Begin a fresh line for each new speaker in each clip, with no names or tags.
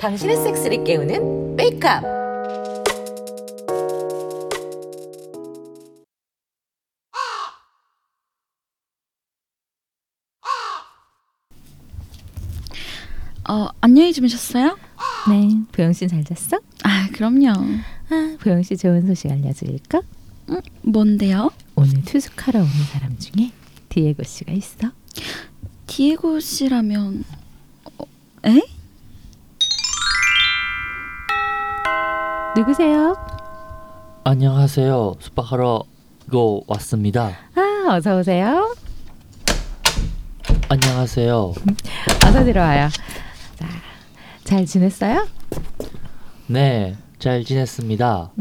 당신의 섹스를 깨우는 메이크업.
어, 안녕히 주무셨어요?
네, 보영 씨잘 잤어?
아, 그럼요.
아,
보영 씨 좋은 소식 알려드릴까?
음, 뭔데요?
오늘 투숙하러 오는 사람 중에 디에고 씨가 있어.
디에고 씨라면 어, 에?
누구세요?
안녕하세요. 숙박하러 이거 왔습니다.
아, 어서 오세요.
안녕하세요.
어서 들어와요. 자, 잘 지냈어요?
네, 잘 지냈습니다.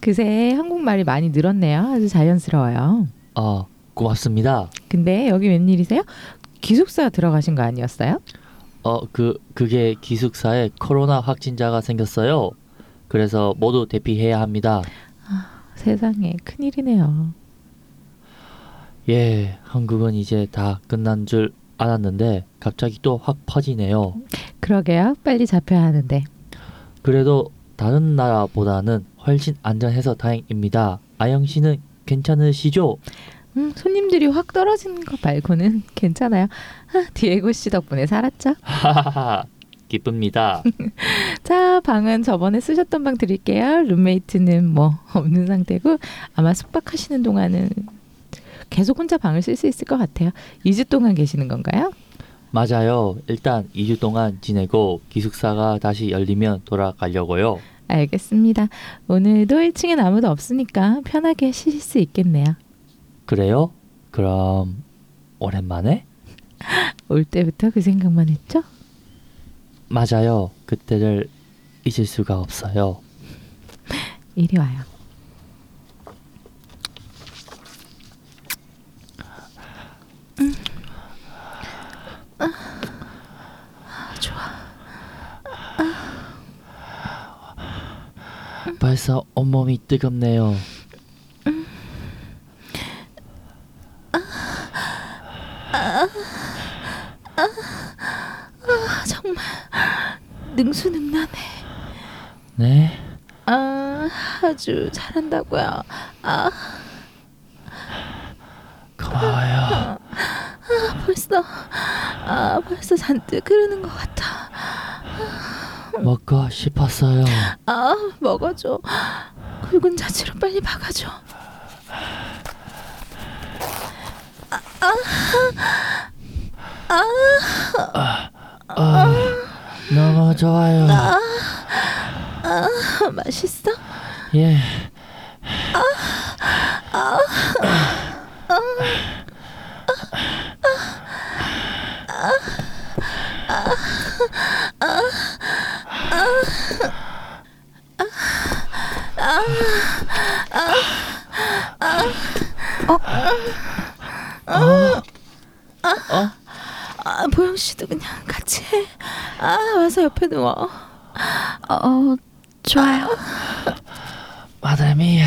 그새 한국말이 많이 늘었네요. 아주 자연스러워요.
아, 고맙습니다.
근데 여기 웬일이세요? 기숙사 들어가신 거 아니었어요?
어, 그 그게 기숙사에 코로나 확진자가 생겼어요. 그래서 모두 대피해야 합니다.
세상에 큰일이네요.
예, 한국은 이제 다 끝난 줄 알았는데 갑자기 또 확 퍼지네요.
그러게요. 빨리 잡혀야 하는데.
그래도 다른 나라보다는 훨씬 안전해서 다행입니다. 아영 씨는 괜찮으시죠?
음, 손님들이 확 떨어진 거 말고는 괜찮아요. 아, 디에고 씨 덕분에 살았죠.
하하하. 기쁩니다.
자, 방은 저번에 쓰셨던 방 드릴게요. 룸메이트는 뭐 없는 상태고 아마 숙박하시는 동안은 계속 혼자 방을 쓸 수 있을 것 같아요. 2주 동안 계시는 건가요?
맞아요. 일단 2주 동안 지내고 기숙사가 다시 열리면 돌아가려고요.
알겠습니다. 오늘도 1층엔 아무도 없으니까 편하게 쉬실 수 있겠네요.
그래요? 그럼 오랜만에?
올 때부터 그 생각만 했죠?
맞아요. 그때를 잊을 수가 없어요.
이리 와요.
벌써 온몸이 뜨겁네요.
아, 정말 능수능란해.
네?
아, 아주 잘한다고요. 아,
고마워요.
벌써 아, 벌써 잔뜩 흐르는 것 같아.
먹고 싶었어요.
아 먹어줘 굵은 자취로 빨리 박아줘 아,
아, 너무 좋아요.
맛있어?
예. 어? 어?
아 보영씨도 그냥 같이 해아 와서 옆에 누워
어, 좋아요.
마담이야.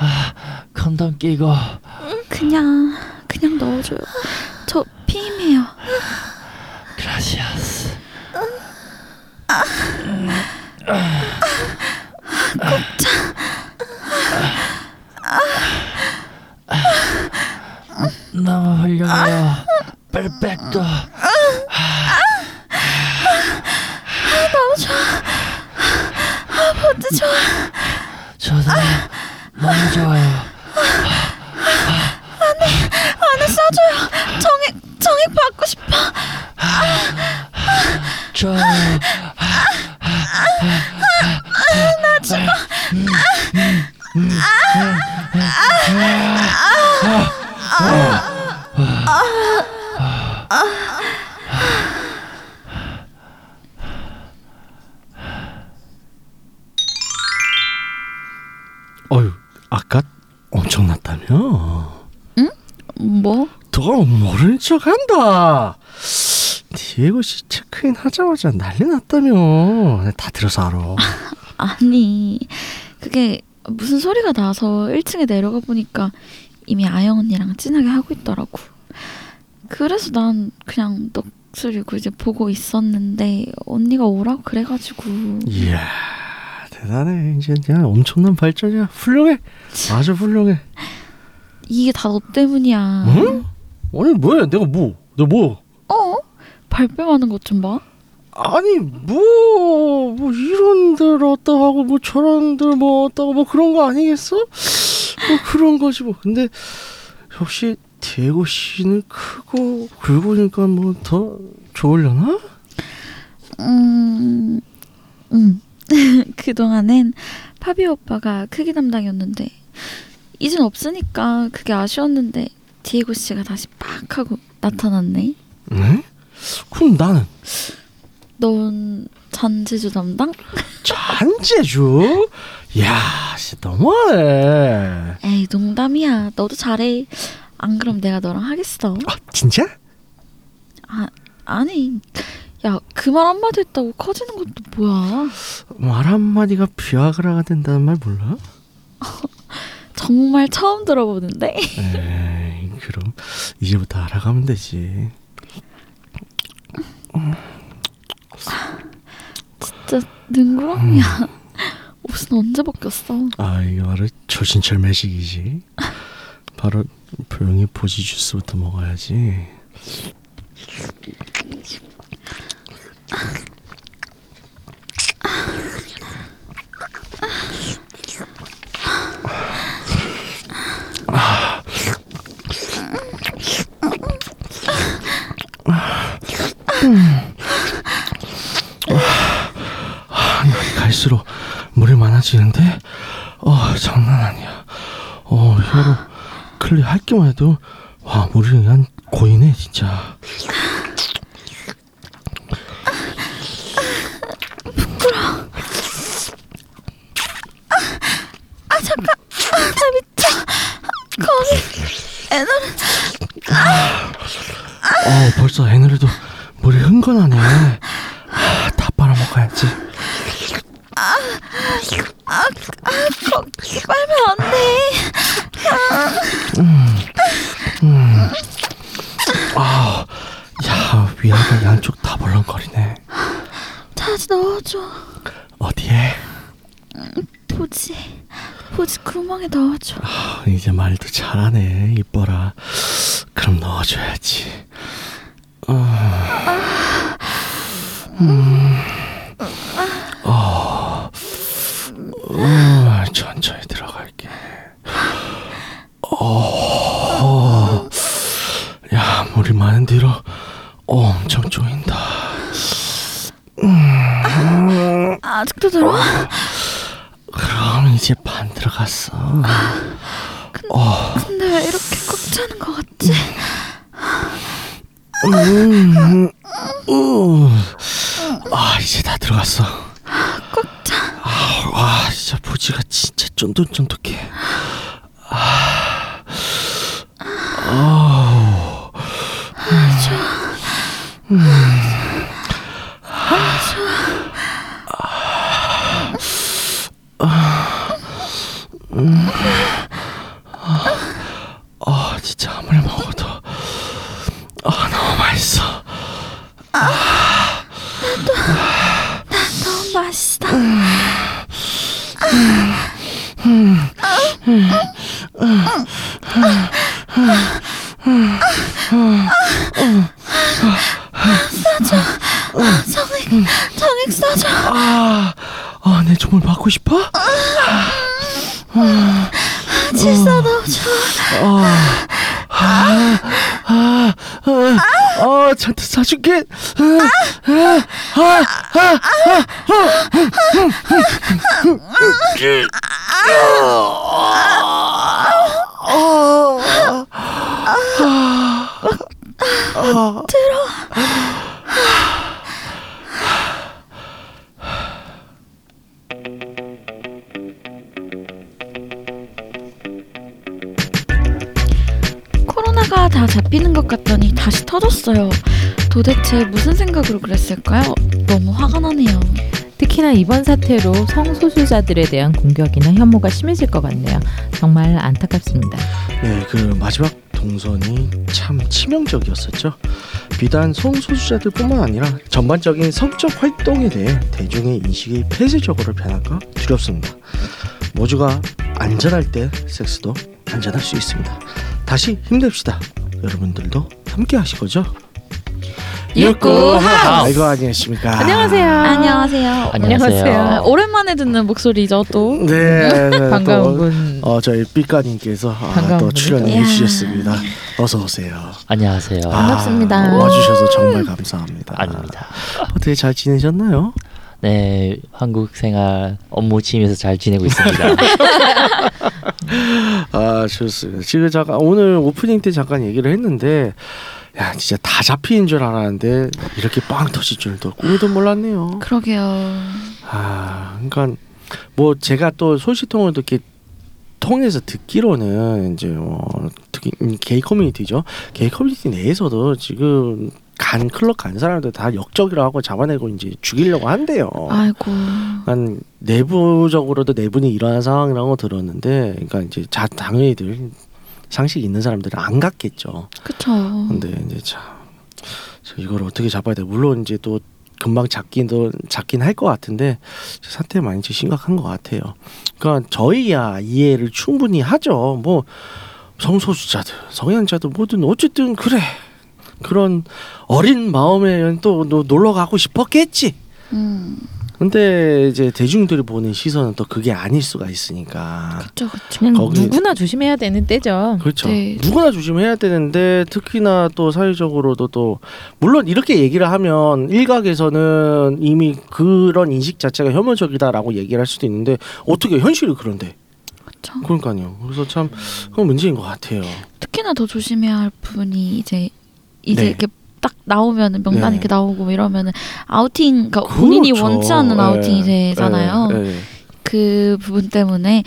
아, 컨덤 끼고.
그냥 그냥 넣어 줘요. 저 피임해요.
그라시아스. 곱창. 너무 훌륭해요. 뺄백도. 너무 좋아. 아, 버트 좋아. 저도 너무 좋아요.
도와줘요. 정액 정액 받고 싶어.
저
어휴, 아까 엄청났다며?
뭐?
더 모른 척한다. 디에고 씨 체크인 하자마자 난리 났다며. 네, 다 들어서 알아.
아니 그게 무슨 소리가 나서 1층에 내려가 보니까 이미 아영 언니랑 진하게 하고 있더라고. 그래서 난 그냥 넋을이고 이제 보고 있었는데 언니가 오라고 그래가지고
이야, 대단해. 이제 그냥 엄청난 발전이야. 훌륭해. 아주 훌륭해.
이게 다 너 때문이야.
응? 아니 뭐야? 내가 뭐? 너 뭐?
어? 발뺌하는 것 좀 봐.
아니 뭐 뭐 이런들 어떠하고 뭐 저런들 뭐 어떠하고 뭐 그런 거 아니겠어? 뭐 그런 거지 뭐. 근데 역시 디에고 씨는 크고 굵으니까 뭐 더 좋으려나?
음, 음. 그동안엔 파비 오빠가 크기 담당이었는데 이젠 없으니까 그게 아쉬웠는데 디에고 씨가 다시 빡 하고 나타났네.
네? 그럼 나는
넌 잔재주 담당?
잔재주? 야, 씨 너무하네.
에이 농담이야. 너도 잘해. 안 그럼 내가 너랑 하겠어.
아, 진짜?
아 아니. 야 그 말 한마디 했다고 커지는 것도 뭐야.
말 한마디가 비아그라가 된다는 말 몰라?
정말 처음 들어보는데.
에이, 그럼 이제부터 알아가면 되지.
진짜 능구렁이야. 옷은 언제 벗겼어?
아, 이게 바로 초신철 매식이지. 바로 조용히 보지 주스부터 먹어야지. 날이 갈수록 물이 많아지는데 어 장난 아니야 어 혀로 클리 할 때만 해도 와 물이 그냥 고이네 진짜
아 잠깐 아, 나 미쳐 거기 애들
어 벌써 애너리도 물이 흥건하네 아, 다 빨아먹어야지
거기 빨면 안돼
야 위아래 양쪽 다 벌렁거리네
다시 넣어줘
어디에
보지 보지 구멍에 넣어줘
아, 이제 말도 잘하네 이뻐라 그럼 넣어줘야지 어. 음. 아. 음. 어. 어, 천천히 들어갈게 어. 야 물이 많은 뒤로 어, 엄청 조인다
아직도 들어
그럼 이제 반 들어갔어
근데 왜 이렇게 꽉 차는 거 같지
음. 음. 아 이제 다 들어갔어
꽉차
아, 와 진짜 부지가 진짜 쫀득쫀득해. 아, 아, 아, 진짜 아무리 먹어도 아 너무 맛있어.
너무 아, 맛있다 싸줘 정액 정액 싸줘
아, 아, 내 정말 받고 싶어? 아,
질사 넣어줘
아, 아, 아, 잔뜩 사줄게. 아, 아, 아, 아, 아, 아, 아,
코로나가 다 잡히는 것 같더니 다시 터졌어요. 도대체 무슨 생각으로 그랬을까요? 너무 화가 나네요.
특히나 이번 사태로 성소수자들에 대한 공격이나 혐오가 심해질 것 같네요. 정말 안타깝습니다.
네, 그 마지막 동선이 참 치명적이었었죠. 비단 성소수자들뿐만 아니라 전반적인 성적 활동에 대해 대중의 인식이 폐쇄적으로 변할까 두렵습니다. 모두가 안전할 때 섹스도 안전할 수 있습니다. 다시 힘냅시다. 여러분들도 함께 하실 거죠? 아이고 안녕하십니까.
안녕하세요.
안녕하세요. 아,
안녕하세요.
오랜만에 듣는 목소리죠 또.
네, 네,
반가운
또,
분.
어 저희 삐까님께서 아,
반가운
또
분이죠. 예.
출연해
야.
주셨습니다. 어서 오세요.
안녕하세요.
반갑습니다. 아, 와주셔서 정말 감사합니다.
아닙니다.
어떻게 잘 지내셨나요?
네, 한국 생활 업무 취임에서 잘 지내고 있습니다.
아 좋습니다. 지금 잠깐 오늘 오프닝 때 잠깐 얘기를 했는데 야 진짜 다 잡히는 줄 알았는데 이렇게 빵 터질 줄도 꿈에도 몰랐네요.
그러게요.
아 그러니까 뭐 제가 또 소식통을 또 이렇게 통해서 듣기로는 이제 뭐 특히 음, 게이 커뮤니티죠. 게이 커뮤니티 내에서도 지금 간 클럽 간 사람들 다 역적이라고 하고 잡아내고 이제 죽이려고 한대요.
아이고.
약간 내부적으로도 네 내분이 일어난 상황이라고 들었는데, 그러니까 이제 자 당연히들 상식 있는 사람들은 안 갔겠죠.
그쵸.
근데 이제 참 저 이걸 어떻게 잡아야 돼? 물론 이제 또 금방 잡긴도 잡긴 할 것 같은데 사태 많이 좀 심각한 것 같아요. 그러니까 저희야 이해를 충분히 하죠. 뭐 성소수자들, 성향자들 뭐든 어쨌든 그래 그런 어린 마음에 또 노- 놀러 가고 싶었겠지.
음.
근데 이제 대중들이 보는 시선은 또 그게 아닐 수가 있으니까
그쵸 그쵸.
그냥
거기-
누구나 조심해야 되는 때죠.
그렇죠.
네.
누구나 조심해야 되는데 특히나 또 사회적으로도 또 물론 이렇게 얘기를 하면 일각에서는 이미 그런 인식 자체가 혐오적이다라고 얘기를 할 수도 있는데 어떻게 현실이 그런데
그쵸.
그러니까요. 그래서 참 그건 문제인 것 같아요.
특히나 더 조심해야 할 부분이 이제 이제
네.
이렇게 딱 나오면은 명단
네.
이렇게 나오고 뭐 이러면은 아우팅 그러니까 본인이
그렇죠.
원치 않는
예,
아우팅이 되잖아요.
예, 예.
그 부분 때문에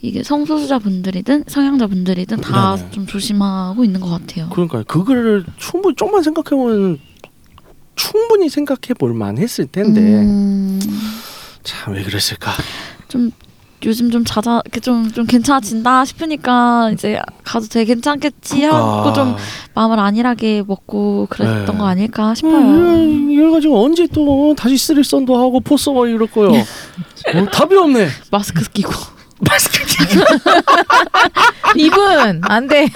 이게 성소수자 분들이든 성향자 분들이든 다
네네.
좀 조심하고 있는 것 같아요.
그러니까 그거를 충분히 조금만 생각해보면 충분히 생각해볼 만했을 텐데
음,
참 왜 그랬을까.
좀 요즘 좀 자자 좀좀 좀 괜찮아진다 싶으니까 이제 가도 되게 괜찮겠지
아.
하고 좀 마음을 안일하게 먹고 그랬던
그러니까. 네.
거 아닐까 싶어요.
음, 이래 가지고 언제 또 다시 쓰리썬도 하고 포서버 이럴 거요.
네.
어, 답이 없네.
마스크 끼고. 마스크 끼고.
아.
이분 안 돼.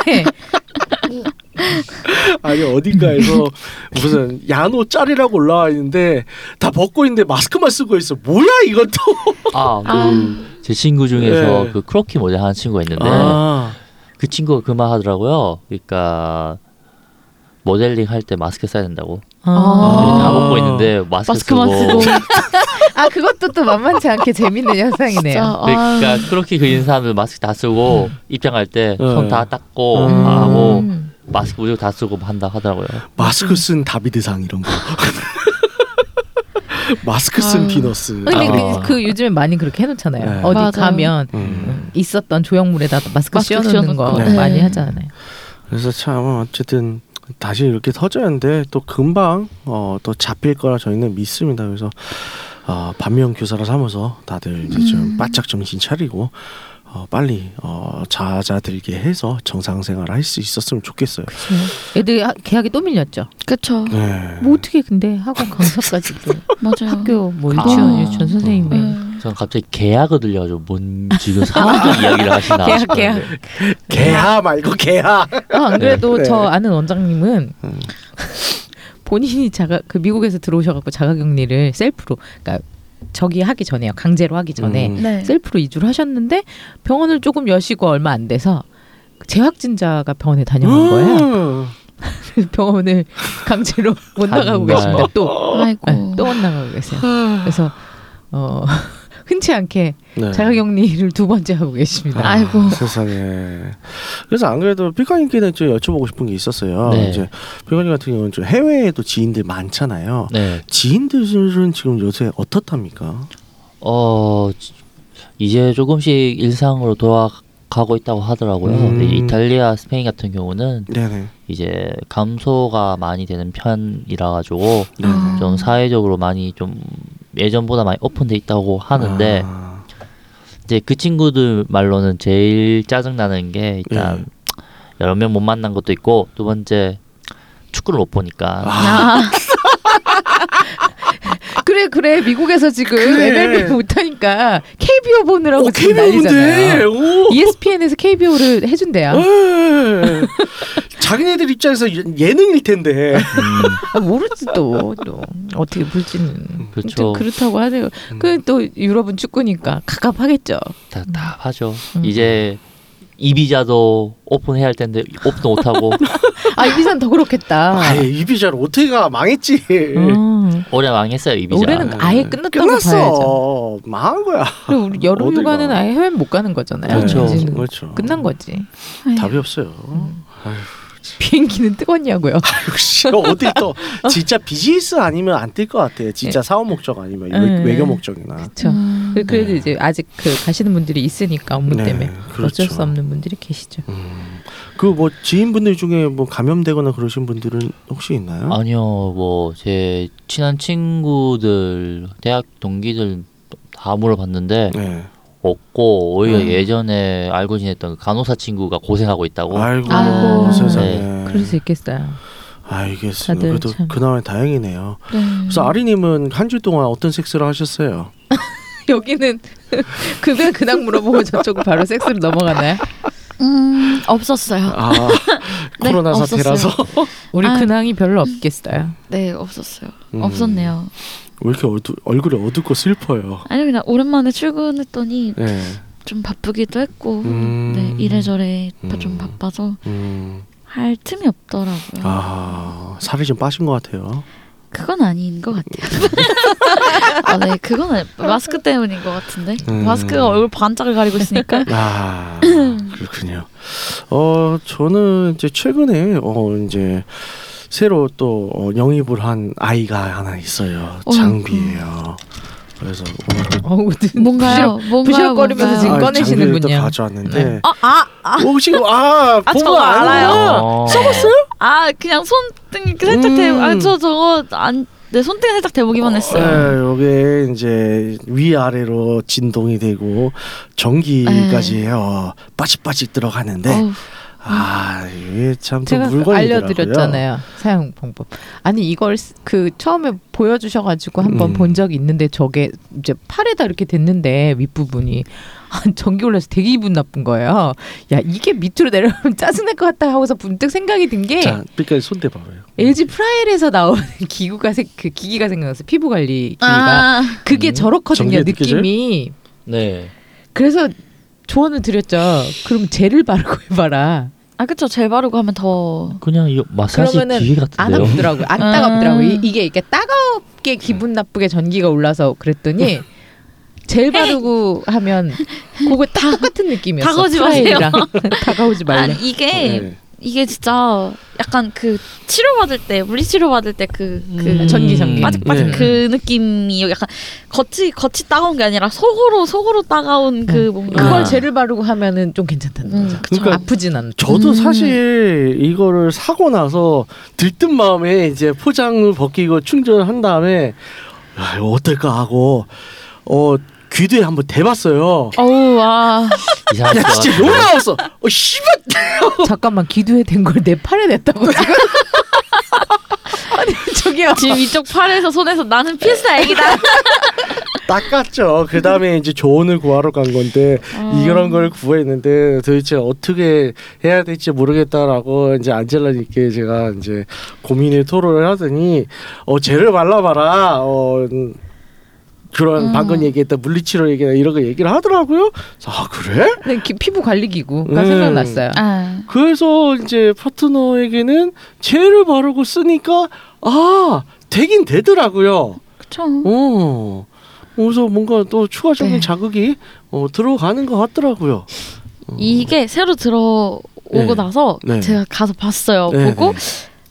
아니 어딘가에서 무슨 야노 짤이라고 올라와 있는데 다 벗고 있는데 마스크만 쓰고 있어. 뭐야 이것도.
아,
아.
그 제 친구 중에서
예.
그 크로키 모자 하는 친구가 있는데
아,
그 친구가 그 말 하더라고요. 그러니까 모델링 할 때 마스크 써야 된다고.
어.
아.
다 벗고 있는데 마스크,
마스크만
쓰고.
쓰고
아 그것도 또 만만치 않게 재밌는
진짜
현상이네요.
그러니까
아,
그렇게 그린 사람들 마스크 다 쓰고 입장할 때
네.
손 다 닦고
음.
하고 마스크 무조건 다 쓰고 한다 하더라고요.
마스크 쓴 다비드상 이런 거. 마스크 쓴
아유.
비너스.
근데
아.
그, 그 요즘에 많이 그렇게 해놓잖아요.
네.
어디
맞아요.
가면
음.
있었던 조형물에다 마스크,
마스크
씌워놓는 거
씌워놓고.
네.
많이 하잖아요.
그래서 참 어쨌든 다시 이렇게 터졌는데 또 금방 어, 또 잡힐 거라 저희는 믿습니다. 그래서 어, 반면 교사라 삼아서 다들 이제 좀
음.
바짝 정신 차리고 어, 빨리 어, 자자들게 해서 정상 생활할 수 있었으면 좋겠어요.
애들 하- 계약이 또 밀렸죠.
그쵸
네.
뭐 어떻게 근데 학원 강사까지 또
맞아요.
학교 뭐
아.
유치원 유치원 선생님
네.
네.
저는 갑자기 계약을 들려가지고 뭔 지금 상황적 이야기를 하시나
계약,
싶었는데
계약.
개하 말고 개하.
아, 안 그래도
네.
저 아는 원장님은
음.
본인이 자가 그 미국에서 들어오셔갖고 자가격리를 셀프로 그러니까 저기 하기 전에요 강제로 하기 전에
음.
네.
셀프로 이주를 하셨는데 병원을 조금 여시고 얼마 안 돼서 재확진자가 병원에 다녀온 음. 뭐 거예요.
음.
병원을 강제로 못 나가고
정말.
계십니다. 또 네,
아이고.
또 못 나가고 계세요. 그래서 어, 흔치 않게
네.
자가격리를 두 번째 하고 계십니다.
아이고.
세상에. 그래서 안 그래도 피카님께는 좀 여쭤보고 싶은 게 있었어요.
네.
이제 피카님 같은 경우는 좀 해외에 또 지인들 많잖아요.
네.
지인들은 지금 요새 어떻답니까?
어 이제 조금씩 일상으로 돌아가고 있다고 하더라고요.
음.
근데 이탈리아, 스페인 같은 경우는
네네.
이제 감소가 많이 되는 편이라 가지고
아.
좀 사회적으로 많이 좀 예전보다 많이 오픈돼 있다고 하는데
아,
이제 그 친구들 말로는 제일 짜증 나는 게 일단
예.
여러 명 못 만난 것도 있고 두 번째 축구를 못 보니까
아,
그래 그래 미국에서 지금
그래.
MLB 못하니까 KBO 보느라고
어,
지금 난리잖아요. E
KBO인데. 오.
ESPN에서 KBO를 해준대요.
예. 자기네들 입장에서 예- 예능일 텐데.
음,
아, 모르지 또, 또 어떻게 볼지는
그렇죠. 음.
그렇다고 하네요. 그 또 유럽은 축구니까 갑갑하겠죠.
답답하죠.
음.
이제 이비자도 오픈해야 할 텐데 오픈도 못 하고
아 이비산 더 그렇겠다.
아예 이비자로 어떻게 가 망했지.
음.
올해 망했어요 이비자.
올해는 아예 끝났다고 봐야죠.
끝났어. 망한 거야.
그리고 우리 여름
어딜
휴가는
가.
아예 해외 못 가는 거잖아요.
그렇죠.
이제는
그렇죠.
끝난 음. 거지.
아이고.
답이 없어요.
비행기는 뜨겁냐고요.
아,
역시 그 어디 또 진짜 비즈니스 아니면 안 뜰 것 같아.
예.
진짜 사업 목적 아니면
네.
외, 교 목적이나.
그렇죠.
음.
그- 그래도
네.
이제 아직 그 가시는 분들이 있으니까 업무
네,
때문에 어쩔
그렇죠.
수 없는 분들이 계시죠.
그 뭐 지인분들 중에 뭐 감염되거나 그러신 분들은 혹시 있나요?
아니요, 뭐 제 친한 친구들, 대학 동기들 다 물어봤는데
네.
없고 오히려
음.
예전에 알고 지냈던 그 간호사 친구가 고생하고 있다고.
아이고 네.
아.
세상에.
그럴 수 있겠어요.
알겠습니다.
다들
그래도
참. 음.
그나마 다행이네요.
네.
그래서 아리님은 한 주 동안 어떤 섹스를 하셨어요?
여기는 그냥 그냥 물어보고 저쪽은 바로 섹스로 넘어가나요?
음, 없었어요.
아
네,
코로나
없었어요.
사태라서
우리
아.
근황이 별로 없겠어요.
네, 없었어요.
음.
없었네요.
왜 이렇게 어두, 얼굴이 어둡고 슬퍼요.
아니 그냥 오랜만에 출근했더니
네.
좀 바쁘기도 했고
음.
네, 이래저래 다 좀
음.
바빠서
음.
할 틈이 없더라고요.
아 살이 좀 빠신 것 같아요.
그건 아닌 것 같아요. 아, 네, 그건 아니, 마스크 때문인 것 같은데
음.
마스크가 얼굴 반짝을 가리고 있으니까
아 그렇군요. 어 저는 이제 최근에 어 이제 새로 또 어, 영입을 한 아이가 하나 있어요.
어이구.
장비예요. 그래서 오늘
어우,
음,
뭔가요? 뭔가요?
부시럭거리면서
뭔가요?
지금
아이,
꺼내시는군요.
장비를 또 가져왔는데.
네.
아, 아,
오 지금 아,
아,
본거
저거 알아요.
어.
아, 그냥 손등 이렇게 살짝
음.
대고 아, 저 저거 안, 내 손등 살짝 대보기만 했어요.
네, 요게 이제 위아래로 진동이 되고
네.
전기까지 어, 빠짓빠짓 들어가는데
어우,
아 이게 참또
제가 그
물건이더라고요.
알려드렸잖아요 사용 방법. 아니 이걸 쓰- 그 처음에 보여주셔가지고 한번
음.
본 적이 있는데 저게 이제 팔에다 이렇게 됐는데 윗 부분이 아, 전기 올라서 되게 기분 나쁜 거예요. 야 이게 밑으로 내려가면 짜증날 것 같다 하고서 문득 생각이 든 게
자, 그러니까 손대 봐봐요.
LG 프라이에서 나오는 기구가 생, 그 기기가 생각나서 피부 관리 기기가
아,
그게
음,
저렇거든요
전기에 느껴져요?
느낌이.
네.
그래서 조언을 드렸죠. 그럼 젤을 바르고 해봐라.
아, 그쵸. 젤 바르고 하면 더
그냥 이 마사지
그러면은
기계
안
같은데요.
아프더라고요. 안
음.
따갑더라고요. 이- 이게 이렇게 따갑게 기분 나쁘게 전기가 올라서 그랬더니 젤 바르고 하면 그거 다 똑같은 느낌이었어.
다가오지 마세요.
프라이랑. 다가오지 말래.
아니, 이게
네.
이게 진짜 약간 그 치료 받을 때 물리 치료 받을 때그 그
음. 전기, 전기.
빠직빠직
네.
그 느낌이 약간 겉이 겉이 따가운 게 아니라 속으로 속으로 따가운 그 뭔가
그걸 젤을 바르고 하면은 좀 괜찮다는
음,
거죠.
그쵸.
아프진 않.
저도
음.
사실 이거를 사고 나서 들뜬 마음에 이제 포장을 벗기고 충전한 다음에 아, 이거 어떨까 하고 어 귀도에 한번 대봤어요.
어우 와
이상할
야
것
진짜
같아요.
욕 나왔어. 어 씨발.
잠깐만 기도에 된 걸 내 팔에 냈다고 지금. 아니 저기요.
지금 이쪽 팔에서 손에서 나는 피스타 애기다
닦았죠. 그 다음에 이제 조언을 구하러 간 건데 이런 걸 구했는데 도대체 어떻게 해야 될지 모르겠다라고 이제 안젤라님께 제가 이제 고민을 토로를 하더니 어 쟤를 말라봐라. 어 음, 그런
음.
방금 얘기했던 물리치료 얘기나 이런 거 얘기를 하더라고요. 그래서 아 그래?
근데 네, 기- 피부 관리 기구가
음.
생각났어요.
아,
그래서 이제 파트너에게는 젤을 바르고 쓰니까 아 되긴 되더라고요.
그쵸.
어. 그래서 뭔가 또 추가적인
네.
자극이 어, 들어가는 것 같더라고요.
이게 새로 들어오고
네.
나서
네.
제가 가서 봤어요.
네,
보고
네.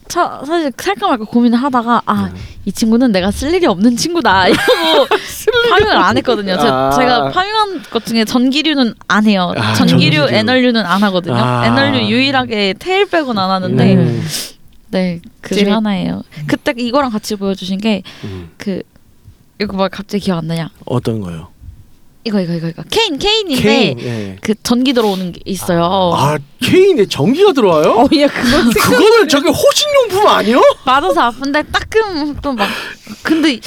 차, 사실 살까 말까 고민을 하다가 아,
네.
이 친구는 내가 쓸 일이 없는 친구다. 이러고 파밍을 안 했거든요. 제,
아.
제가 파밍한 것 중에 전기류는 안 해요.
아,
전기류,
전기류.
애널류는 안 하거든요.
아.
애널류 유일하게 테일 빼곤 안 하는데
음,
네, 그중
찔.
하나예요. 그때 이거랑 같이 보여주신
음.
게 그 이거 막 갑자기 기억 안 나냐?
어떤 거요?
이거 이거 이거 이거 케인 케인인데
케인. 예.
그 전기 들어오는 게 있어요.
아 케인에 전기가 들어와요?
어, 야 그거 생각.
그거는 저게 호신용품 아니요?
맞아서 아픈데 따끔 또 막 근데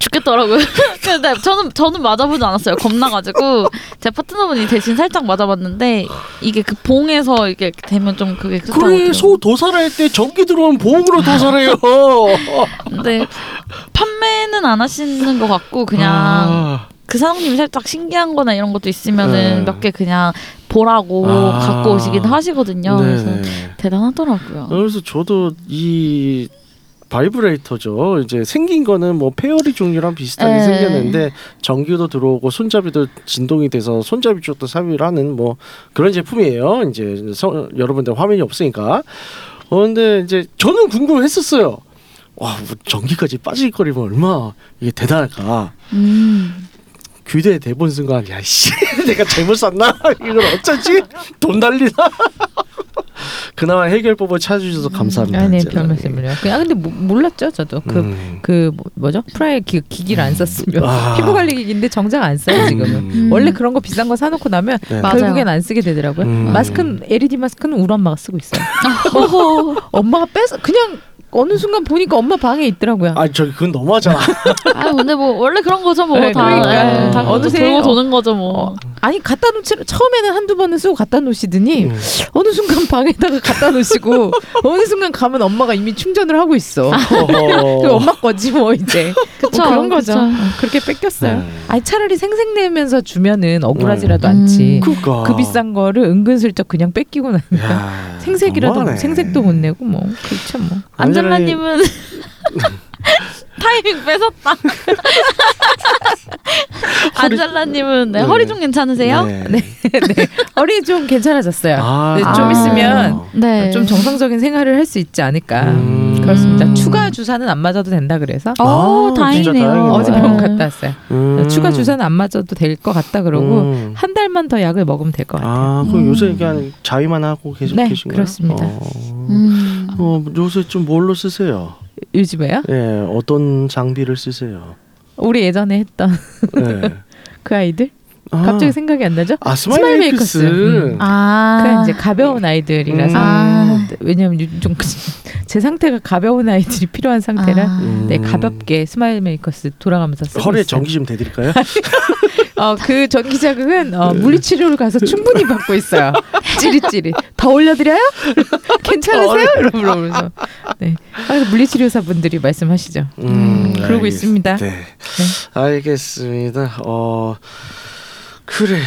죽겠더라고요. 근데 저는 저는 맞아보지 않았어요. 겁나가지고 제 파트너분이 대신 살짝 맞아봤는데 이게 그 봉에서 이게 되면 좀 그게
그래
그렇다고
소 도살할 때 전기 들어오면 보험으로 도살해요.
근데 판매는 안 하시는 것 같고 그냥
아,
그 사장님이 살짝 신기한거나 이런 것도 있으면은
네.
몇 개 그냥 보라고
아.
갖고 오시긴 하시거든요. 그래서
네. 어?
대단하더라고요.
그래서 저도 이 바이브레이터죠. 이제 생긴 거는 뭐 페어리 종류랑 비슷하게
네.
생겼는데 전기도 들어오고 손잡이도 진동이 돼서 손잡이 쪽도 삽입을 하는 뭐 그런 제품이에요. 이제 서, 여러분들 화면이 없으니까. 어, 근데 이제 저는 궁금했었어요. 와, 뭐 전기까지 빠질 거리면 얼마 이게 대단할까.
음.
규대 대본 순간 야 씨, 내가 잘못 샀나? 이걸 어쩌지? 돈 날리나? 그나마 해결법을 찾아주셔서 감사합니다.
음. 아네
진짜.
별 말씀을요. 아 근데 모, 몰랐죠 저도 그 그
음.
뭐, 죠 프라이 기, 기기를 안 샀으면
아.
피부 관리 기기인데 정작 안 써요 지금은.
음.
원래 그런 거 비싼 거 사놓고 나면
네.
맞아요.
결국엔 안 쓰게 되더라고요.
음.
마스크는 LED 마스크는 우리 엄마가 쓰고 있어요. 어허, 엄마가 뺏어 그냥 어느 순간 보니까 엄마 방에 있더라고요.
아 저기 그건 너무하잖아. 어.
아 근데 뭐 원래 그런 거죠 뭐
네,
다.
그러니까요.
예, 다
어느새
돌고
어-
도는 거죠 뭐.
어, 아니 갖다 놓지 처음에는 한두 번은 쓰고 갖다 놓으시더니
음.
어느 순간 방에다가 갖다 놓으시고 어느 순간 가면 엄마가 이미 충전을 하고 있어.
아.
그
어허.
엄마 거지 뭐 이제
그쵸,
뭐 그런 거죠.
그쵸.
어, 그렇게 뺏겼어요.
네.
아니 차라리 생색내면서 주면은 억울하지라도 않지.
음.
그,
그니까.
비싼 거를 은근슬쩍 그냥 뺏기고 나니까
그러니까. 야,
생색이라도
아, 너무하네.
생색도 못 내고 뭐 그렇죠 뭐.
안젤라님은 타이밍 뺏었다. 안젤라님은 네,
네.
허리 좀 괜찮으세요? 네.
네.
네. 허리 좀 괜찮아졌어요.
아,
네, 좀
아. 네.
있으면 좀 정상적인 생활을 할 수 있지 않을까.
음.
그렇습니다.
음.
추가 주사는 안 맞아도 된다 그래서
어,
아, 진짜
다행이네요.
다행이네요.
어제
네.
병원 갔다 왔어요.
음.
추가 주사는 안 맞아도 될 것 같다 그러고
음.
한 달만 더 약을 먹으면 될 것 같아요.
아, 그럼
음.
요새 그냥 자위만 하고 계속
네,
계신 거예요?
그렇습니다.
어.
음.
어, 요새 좀 뭘로 쓰세요?
요즘에요?
예, 어떤 장비를 쓰세요?
우리 예전에 했던
예.
그 아이들
아.
갑자기 생각이 안 나죠?
아 스마일,
스마일
메이커스.
메이커스. 음.
아.
그 이제 가벼운 아이들이라서
음.
아.
왜냐면 좀그 제 상태가 가벼운 아이들이 필요한 상태라
아.
음.
네 가볍게 스마일 메이커스 돌아가면서 쓰고
허리에
있어요.
전기 좀 대드릴까요?
어그 전기 자극은
네.
어, 물리치료를 가서 충분히 받고 있어요. 찌릿찌릿 더 올려드려요? 괜찮으세요? 이러면서 네 아, 물리치료사 분들이 말씀하시죠.
음,
그러고
알겠-
있습니다.
네. 알겠습니다. 어 그래요.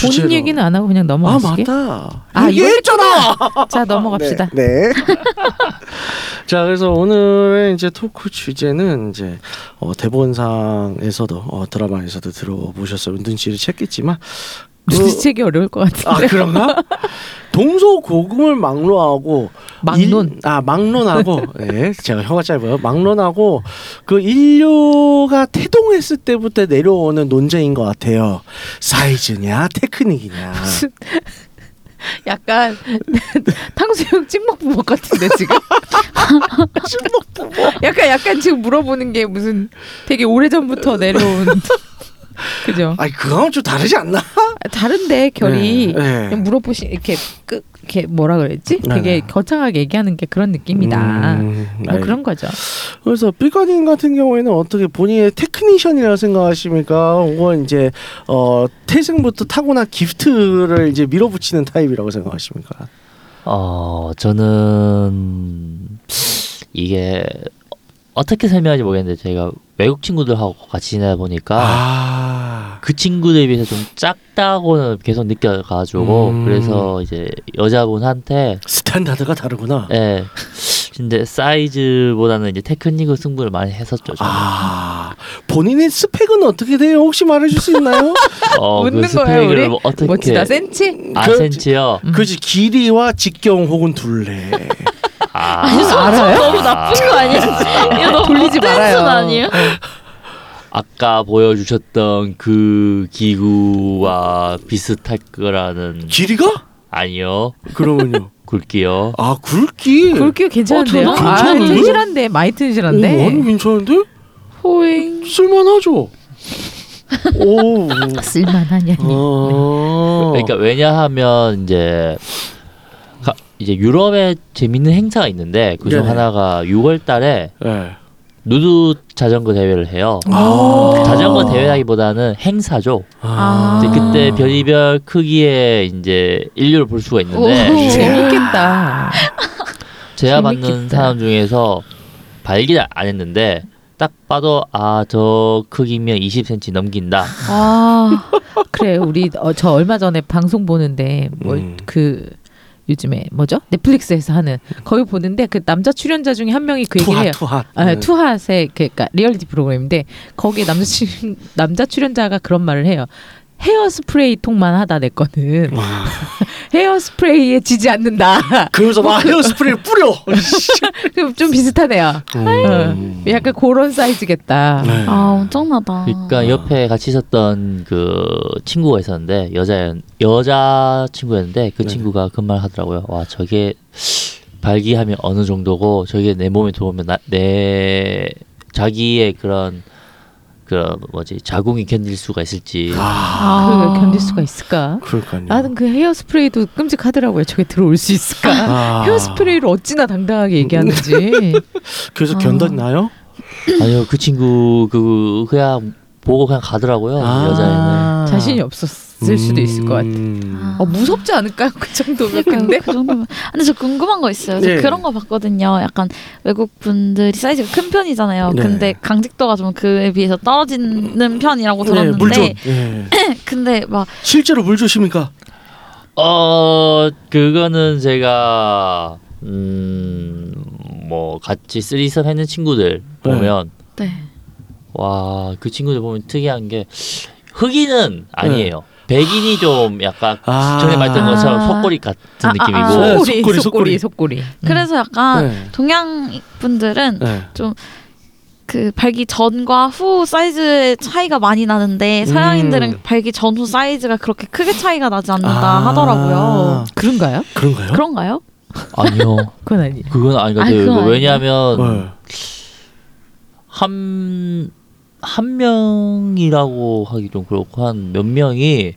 본인
주제로.
얘기는 안 하고 그냥
아
넘어가시게.
맞다.
아, 이거
얘기했잖아.
자 넘어갑시다.
네. 네. 자 그래서 오늘의 이제 토크 주제는 이제 어, 대본상에서도 어, 드라마에서도 들어보셨으면 눈치를 챘겠지만 그-
눈치채기 어려울 것 같은데.
아 그런가? 동서고금을 막론하고
막론.
일- 아 막론하고 예 제가 혀가 짧아요 막론하고 그 인류가 태동했을 때부터 내려오는 논쟁인 것 같아요 사이즈냐 테크닉이냐
약간 탕수육 찍먹부먹 같은데 지금. 찍먹부먹. 약간 약간 지금 물어보는 게 무슨 되게 오래 전부터 내려온. 그죠?
아니 그거랑 좀 다르지 않나
아, 다른데 결이
네, 네.
그냥 물어보시 이렇게 끄 이렇게 뭐라 그랬지?
네,
되게
네.
거창하게 얘기하는 게 그런 느낌이다.
음,
뭐 그런 거죠.
그래서 삐까님 같은 경우에는 어떻게 본인의 테크니션이라고 생각하십니까? 혹은 이제 어 태생부터 타고난 기프트를 이제 밀어붙이는 타입이라고 생각하십니까?
어, 저는 이게 어떻게 설명할지 모르겠는데 제가 외국 친구들하고 같이 지내다 보니까
아.
그 친구들에 비해서 좀 작다고는 계속 느껴가지고
음.
그래서 이제 여자분한테
스탠다드가 다르구나.
아.
예 근데 사이즈보다는 이제 테크닉을 승부를 많이 했었죠. 저는.
아. 본인의 스펙은 어떻게 돼요? 혹시 말해줄 수 있나요?
어,
웃는
그
거예요,
스펙을
우리?
뭐 어떻게
멋지다 센치.
아
그-
센치요.
그지 길이와 직경 혹은 둘레.
아,
알아요?
너무 나쁜 거 아니야? 이거 너무
돌리지
못된
말아요. 네.
순 아니에요?
아까 보여주셨던 그 기구와 비슷할 거라는
길이가?
아니요
그러면요.
굵기요.
아 굵기.
굵기가 괜찮은데요?
어, 저도
아,
괜찮은데? 음,
튼실한데 많이
오, 아니
튼실한데.
괜찮은데?
호잉.
쓸만하죠. 오.
쓸만하냐?
아.
그러니까 왜냐하면 이제 가- 이제 유럽에 재밌는 행사가 있는데 그중
네네.
하나가 6월달에
예.
누드 자전거 대회를 해요.
어.
아.
자전거 대회라기보다는 행사죠.
아.
근데 그때 별의별 크기의 이제 인류를 볼 수가
오.
있는데
재밌겠다.
제가 받는
재밌겠다.
사람 중에서 발기를 안 했는데 딱 봐도 아 저 크기면 20cm 넘긴다.
아 그래 우리 어, 저 얼마 전에 방송 보는데
음.
뭐 그 요즘에 뭐죠 넷플릭스에서 하는 거기 보는데 그 남자 출연자 중에 한 명이 그 얘기를 해요.
투핫 투핫.
아,
네.
투핫의 그, 그러니까 리얼리티 프로그램인데 거기에 남자 출 남자 출연자가 그런 말을 해요. 헤어 스프레이 통만 하다 내 거는 헤어 스프레이에 지지 않는다.
그러면서 막 헤어 스프레이 뿌려.
음. 그럼 좀 비슷하네요.
음.
어, 약간 그런 사이즈겠다. 그
네.
아 엄청나다.
아.
그러니까 옆에 같이 있었던 그 친구가 있었는데 여자 여자 친구였는데 그
네.
친구가 그 말 하더라고요. 와 저게 발기하면 어느 정도고 저게 내 몸에 들어오면 나, 내 자기의 그런 그런 뭐지 자궁이 견딜 수가 있을지.
아.
아.
그걸 견딜 수가 있을까?
그러니까요.
나는 그 헤어 스프레이도 끔찍하더라고요. 저게 들어올 수 있을까?
아.
헤어 스프레이를 어찌나 당당하게 얘기하는지.
그래서
아.
견뎌나요?
아니요 그 친구 그 그냥 보고 그냥 가더라고요
아.
여자애는.
자신이 없었을 수도
음.
있을 것 같아.
같아.
어, 무섭지 않을까요? 그 정도면
그러니까요,
근데
그 정도면. 아, 근데 저 궁금한 거 있어요. 저
네.
그런 거 봤거든요. 약간 외국 분들이 사이즈가 큰 편이잖아요.
네.
근데 강직도가 좀 그에 비해서 떨어지는
예,
편이라고 들었는데,
네, 물존. 예.
근데 막
실제로 물조십니까?
어 그거는 제가 음, 음뭐 같이 쓰리썸 했는 친구들 보면
네.
음.
와 그 친구들 보면 특이한 게 흑인은 아니에요 백인이 좀 약간
아.
전에 말했던 것처럼
아.
속꼬리 같은
아,
느낌이고
아,
속꼬리,
네, 속꼬리,
속꼬리, 속꼬리, 속꼬리.
그래서 약간
네.
동양 분들은
네.
그 발기 전과 후 사이즈의 차이가 많이 나는데 서양인들은
음.
발기 전후 사이즈가 그렇게 크게 차이가 나지 않는다 하더라고요.
그런가요?
아. 그런가요?
그런가요?
아니요
어. 그건 아니.
그건 아닌 것
아,
같아요
그건 아니에요?
왜냐하면
네.
한 한 명이라고 하기 좀 그렇고 한 몇 명이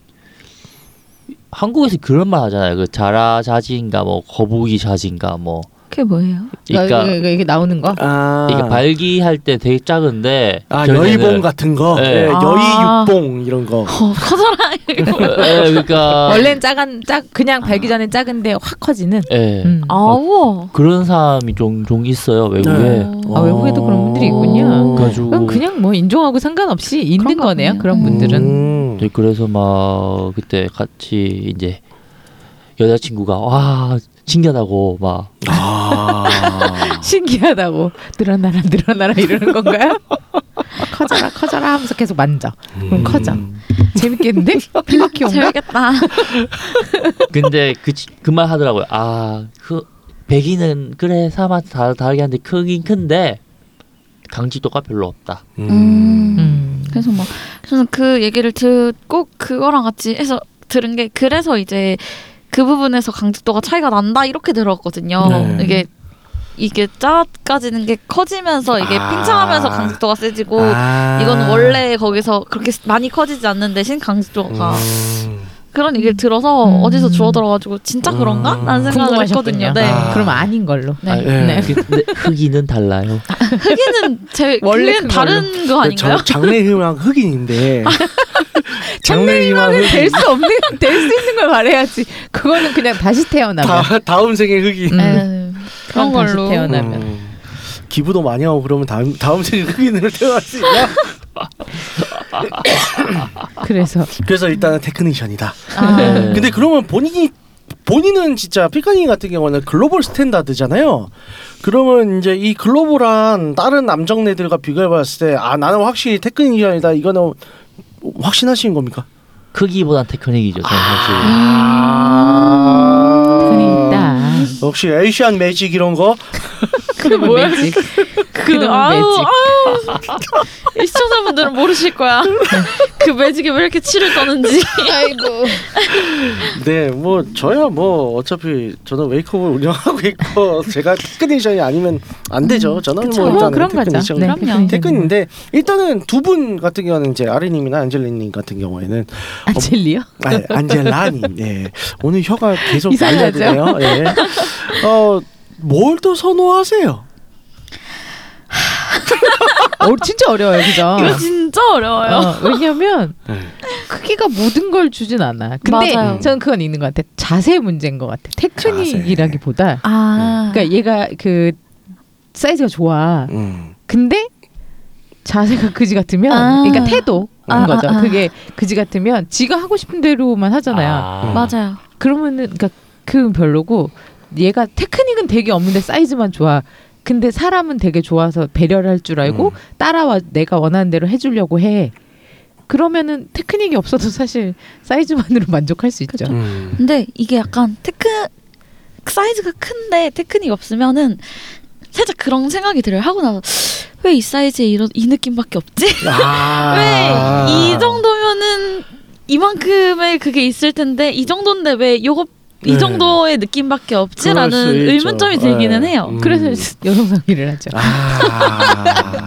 한국에서 그런 말 하잖아요 그 자라 자지인가 뭐 거북이 자지인가 뭐
그게 뭐예요?
그러니까
그러니까
이게, 이게 나오는 거?
아.
이게 발기할 때 되게 작은데
아
결국에는-
여의봉 같은 거,
네.
예,
아.
여의육봉 이런 거.
어, 커져라 이거.
예, 그러니까
원래는 작은 작 그냥 발기 전엔 작은데 확 커지는.
예
음.
아우.
그런 사람이 종종 있어요 외국에
어. 네.
어.
아, 외국에도 그런 분들이
음.
있군요.
가지고
그건 그냥 뭐 인종하고 상관없이 있는
그런가
거네요.
보네요.
그런 분들은.
음.
네, 그래서 막 그때 같이 이제 여자친구가 와 신기하다고 막
아.
신기하다고 늘어나라 늘어나라 이러는 건가요? 커져라 커져라 하면서 계속 만져.
음.
그럼 커져. 재밌겠는데?
어.
필라키온가?
재밌겠다.
근데 그 말 하더라고요 아그 백인은 그래 사람한테 다 다르게 하는데 크긴 큰데 강직도가 별로 없다
음.
음.
그래서 막 저는 그 얘기를 듣고 그거랑 같이 해서 들은 게 그래서 이제 그 부분에서 강직도가 차이가 난다 이렇게 들었거든요.
네.
이게 이게 작아지는 게 커지면서 이게
아.
팽창하면서 강직도가 세지고
아.
이건 원래 거기서 그렇게 많이 커지지 않는 대신 강직도가
음.
그런 얘기를 들어서
음.
어디서 주워 들어가지고 진짜
음.
그런가? 라는 생각을
궁금하셨군요.
했거든요. 네.
아.
그럼 아닌 걸로.
네.
아,
네.
근데 흑인은 달라요
흑인은 제
원래
원래
큰 걸로.
다른 거 아닌가요?
저그 장래희망 흑인인데 장래희망
될 수 없는 될 수 있는 걸 말해야지. 그거는 그냥 다시 태어나면
다 다음 생의 흑인.
음.
에, 네. 그런
그건 다시
걸로
음.
태어나면.
음. 기부도 많이 하고 그러면 다음 다음 생에 흑인으로 태어날 수 있나?
그래서
그래서 일단은 테크니션이다.
아.
아.
네.
근데 그러면 본인이 본인은 진짜 피카니 같은 경우는 글로벌 스탠다드잖아요. 그러면 이제 이 글로벌한 다른 남정네들과 비교해봤을 때 아 나는 확실히 테크니션이다 이거는 확신하신 겁니까?
크기보단 테크닉이죠. 저는
아. 음,
사실.
그게
그러니까.
있다.
역시 에이시안 매직 이런 거
그 뭐야?
매직.
그
그놈의
아우
매직.
아우 이 시청자분들은 모르실 거야. 그 매직이 왜 이렇게 치를 떠는지.
아이고.
네, 뭐 저야 뭐 어차피 저는 웨이크업을 운영하고 있고 제가 테크니션이 아니면 안 되죠. 저는
음, 그쵸.
뭐 일단
그런 거죠.
테크니션
네,
그럼요.
테크니션이네.
테크인데 일단은 두 분 같은 경우는 이제 아리님이나 안젤리님 같은 경우에는
안젤리요?
아, 안젤라님, 예. 오늘 혀가 계속
이상하죠?
날려드네요. 예. 어, 뭘 더 선호하세요?
어, 진짜 어려워요, 그죠?
이거 진짜 어려워요.
어, 왜냐면
네.
크기가 모든 걸 주진 않아. 근데
맞아요.
저는 그건 있는 것 같아. 자세 문제인 것 같아. 테크닉이라기보다
아.
그러니까 얘가 그 사이즈가 좋아.
음.
근데 자세가 그지 같으면
아.
그러니까 태도인
아,
거죠.
아, 아.
그게 그지 같으면 지가 하고 싶은 대로만 하잖아요.
아,
맞아요.
그러면은 그러니까 그건 별로고 얘가 테크닉은 되게 없는데 사이즈만 좋아. 근데 사람은 되게 좋아서 배려를 할 줄 알고
음.
따라와 내가 원하는 대로 해주려고 해. 그러면은 테크닉이 없어도 사실 사이즈만으로 만족할 수 있죠.
음.
근데 이게 약간 테크 사이즈가 큰데 테크닉 없으면은 살짝 그런 생각이 들어요. 하고 나서 왜 이 사이즈에 이런 이 느낌밖에 없지?
아.
왜 이 정도면은 이만큼의 그게 있을 텐데 이 정도인데 왜 요거 이
네.
정도의 느낌밖에
그럴 수
없지라는
있죠.
의문점이 들기는
네.
해요.
음.
그래서 여성상의를 하죠.
아.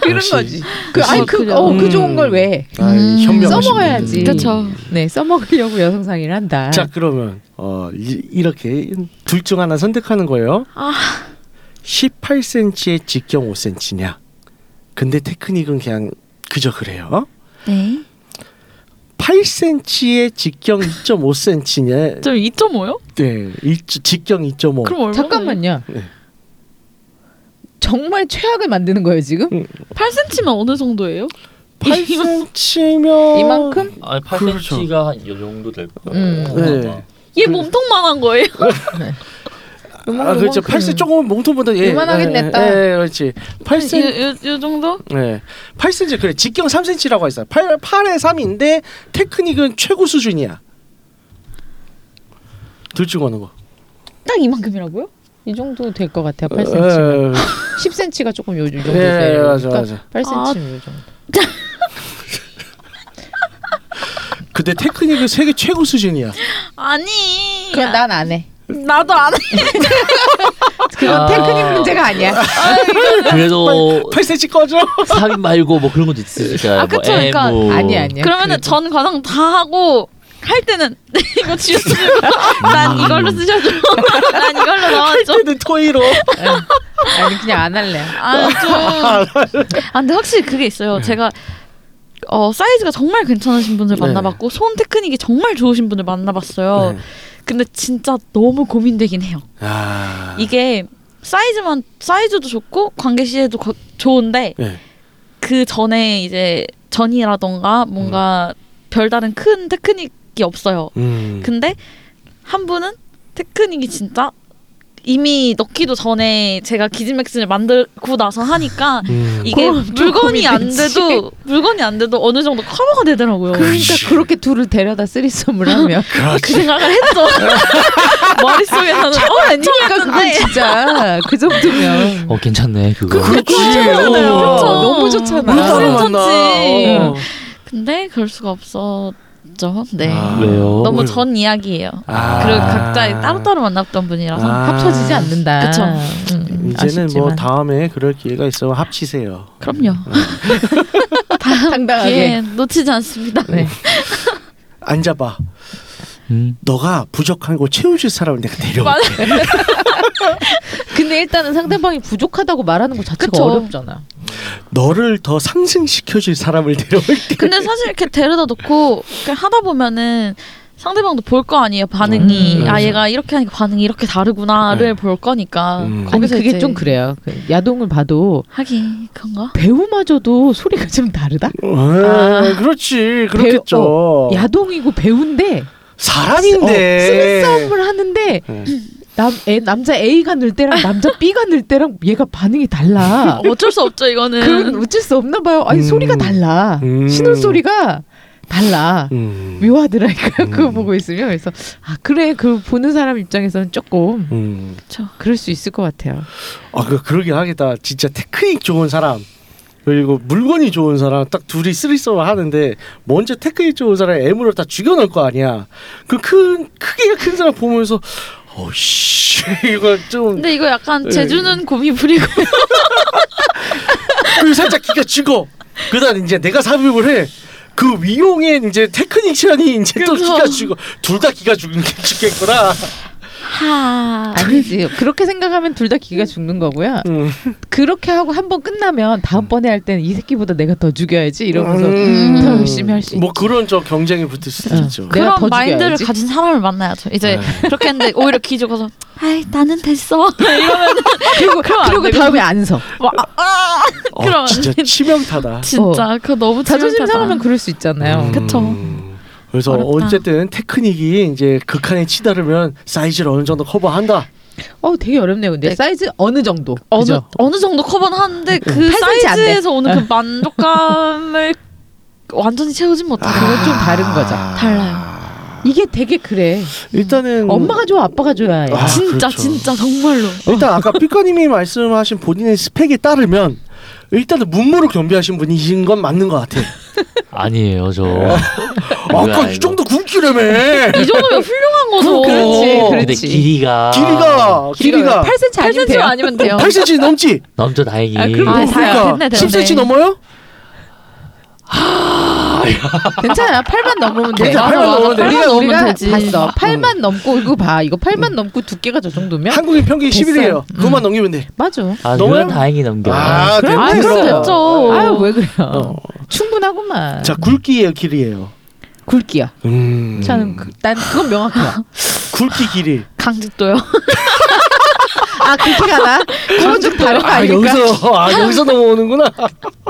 그런
역시.
거지. 그 아니 그,
그죠.
어, 그
음.
좋은 걸 왜?
아, 이
음.
현명하신
써먹어야지.
분들.
그쵸.
네 써먹으려고 여성상의를 한다.
자, 그러면 어, 이, 이렇게 둘 중 하나 선택하는 거예요.
아.
18cm에 직경 5cm냐. 근데 테크닉은 그냥 그저 그래요.
네.
8cm에 직경 2.5cm냐.
좀 2.5요?
네, 일, 직경 2.5.
그럼 얼마?
잠깐만요.
네.
정말 최악을 만드는 거예요 지금?
8cm면 어느 정도예요?
8cm면
이만큼?
아니 8cm가
그렇죠.
한이 정도 될 거예요.
음.
네.
아마.
얘 몸통만한 거예요.
아 그렇죠. 8cm 조금 몸통보다 예.
요만하긴
예,
음. 냈다. 음,
예, 예, 그렇지. 8cm
요, 요, 요 정도?
네. 8cm 그래. 직경 3cm라고 했어요. 8 8에 3인데 테크닉은 최고 수준이야. 둘중 어느 거?
딱 이만큼이라고요?
이 정도 될 것 같아요.
어,
8cm.
에,
10cm가 조금 요 정도
예,
돼요.
예, 맞아,
그러니까
맞아.
8cm면 요 정도.
근데 테크닉은 세계 최고 수준이야.
아니.
그건 난 안 해.
나도 안 해.
그건
아.
테크닉 문제가 아니야.
그래도
8cm 꺼져.
삽입 말고 뭐 그런 것도 있으니까
아, 그쵸, 그러니까.
아니 아니야.
그러면은 전 과정 다 하고 할 때는 네, 이거 지우세요. 난 이걸로 쓰셔줘. 난 이걸로 넣어줘.
근데 토이로.
아니 그냥 안 할래.
아, 좀. 아, 근데 확실히 그게 있어요. 제가 어, 사이즈가 정말 괜찮으신 분들
네.
만나봤고 손 테크닉이 정말 좋으신 분들 만나봤어요.
네.
근데 진짜 너무 고민되긴 해요.
아.
이게 사이즈만 사이즈도 좋고 관계 시에도 거- 좋은데
네.
그 전에 이제 전이라던가 뭔가 별다른 큰 테크닉이 없어요.
음.
근데 한 분은 테크닉이 진짜 이미 넣기도 전에 제가 기진맥진을 만들고 나서 하니까
음.
이게
그럼 좀
물건이 안
고민되지.
돼도 물건이 안 돼도 어느 정도 커버가
어,
되더라고요.
그러니까 그렇게 둘을 데려다 쓰리썸을 하면
그렇죠.
그 생각을 했죠. 머릿속에서는 어
그러니까 그건
아니었는데
진짜 그 정도면
어 괜찮네 그거.
그렇지.
좋잖아요.
어.
그쵸?
너무 좋잖아.
왜 따로
괜찮지.
만나? 어.
근데 그럴 수가 없었죠. 네.
아.
왜요?
너무
왜요?
전 이야기예요.
아.
그리고 각자 따로따로 만났던 분이라서
아.
합쳐지지 않는다.
그쵸.
음,
이제는 뭐
아쉽지만.
다음에 그럴 기회가 있으면 합치세요.
그럼요.
당당하게.
기회 놓치지 않습니다.
아, 네.
앉아봐.
음.
너가 부족한 거 채워줄 사람을 내가 데려올게.
맞아.
근데 일단은 상대방이 부족하다고 말하는 것 자체가
그쵸.
어렵잖아.
너를 더 상승시켜줄 사람을 데려올게.
근데 사실 이렇게 데려다 놓고 그냥 하다 보면은 상대방도 볼 거 아니에요 반응이
음,
아
맞아.
얘가 이렇게 하니까 반응이 이렇게 다르구나를
네.
볼 거니까
음.
거기서
아니,
아니 그게
이제
좀 그래요. 그 야동을 봐도
하긴 그런가
배우마저도 소리가 좀 다르다.
아, 그렇지 그렇겠죠.
어, 야동이고 배우인데
사람인데.
어, 쓰는 싸움을 하는데
네.
남 애, 남자 A가 넣을 때랑 남자 B가 넣을 때랑 얘가 반응이 달라.
어쩔 수 없죠 이거는
그건 어쩔 수 없나 봐요. 아니
음.
소리가 달라.
음.
신혼 소리가 달라.
음.
묘하더라니까 요 그거
음.
보고 있으면 그래서 아 그래 그 보는 사람 입장에서는 조금
음.
그럴 수 있을 것 같아요.
아, 그 그러긴 하겠다. 진짜 테크닉 좋은 사람 그리고 물건이 좋은 사람 딱 둘이 쓰리썸을 하는데 먼저 테크닉 좋은 사람 애물을 다 죽여놓을 거 아니야. 그 큰 크게 큰 사람 보면서 어씨 이거 좀
근데 이거
네.
약간 제주는 곰이 부리고
그리고 살짝 기가 죽어. 그다음 이제 내가 삽입을 해. 그 위용에 이제 테크닉션이 이제 또
그래서-
기가 죽어. 둘 다 기가 죽는 게 죽겠구나.
하
아니지 그렇게 생각하면 둘 다 기가 죽는 거고요.
음.
그렇게 하고 한 번 끝나면 다음번에 할 때는 이 새끼보다 내가 더 죽여야지 이러면서
음.
더 열심히 할수
뭐 그런 저 경쟁이 붙을 수도
어.
있죠.
내가 더
그런 마인드를
죽여야지.
가진 사람을 만나야죠 이제
네.
그렇게 했는데 오히려 기죽어서 아이 나는 됐어
그리고
그럼 안
그리고
되고.
다음에 안 서.
와, 아,
어,
그런-
진짜 치명타다.
진짜 그거 너무
자존심
치명타다.
상하면 그럴 수
음.
있잖아요.
그쵸.
그래서
어렵다.
어쨌든 테크닉이 이제 극한에 치달으면 사이즈를 어느 정도 커버한다.
어 되게 어렵네요. 근데
네.
사이즈 어느 정도?
어느
그죠?
어느 정도 커버는 하는데 그
8cm 안 돼. 아.
사이즈에서 오는 그 만족감을 완전히 채우진 못하고
그건
아.
좀 다른 거죠.
달라요.
이게 되게 그래.
음.
일단은
엄마가 좋아, 아빠가 좋아.
음. 아,
진짜
그렇죠.
진짜 정말로
일단 아까 피카님이 말씀하신 본인의 스펙에 따르면 일단은 문무를 겸비하신 분이신 건 맞는 것 같아.
아니에요 저.
아까 이 정도 굵기라며.
이 정도면 훌륭한 거죠.
그렇지, 그렇지.
근데 길이가
아, 길이가 어. 길이가
8cm 아니면
8cm
돼요.
아니면 돼요.
8cm 넘지.
넘쳐 다행히.
아, 그럼
아,
네, 다요. 됐네,
그러니까
됐네.
10cm 넘어요?
괜찮아. 8만 넘으면 돼.
괜찮아, 팔만 넘으면 돼.
우리가
팔만
우리가
넘으면 되지.
봤어. 8만 넘고 이거 봐. 이거 8만 넘고 두께가 저 정도면
한국인 평균 11이에요. 그것만 넘기면 돼.
맞아.
아,
넘어요?
그건 다행히 넘겨.
됐네.
아,
음. 그럼
됐어요.
됐죠.
아유 왜 그래요?
어.
충분하구만.
자 굵기예요, 길이에요.
굵기야.
음.
저는 그, 난 그건 명확해요.
굵기 길이.
강직도요.
아 굵기가 나. 그건 좀 다른 거
아
아닐까?
여기서 아 여기서 넘어오는구나.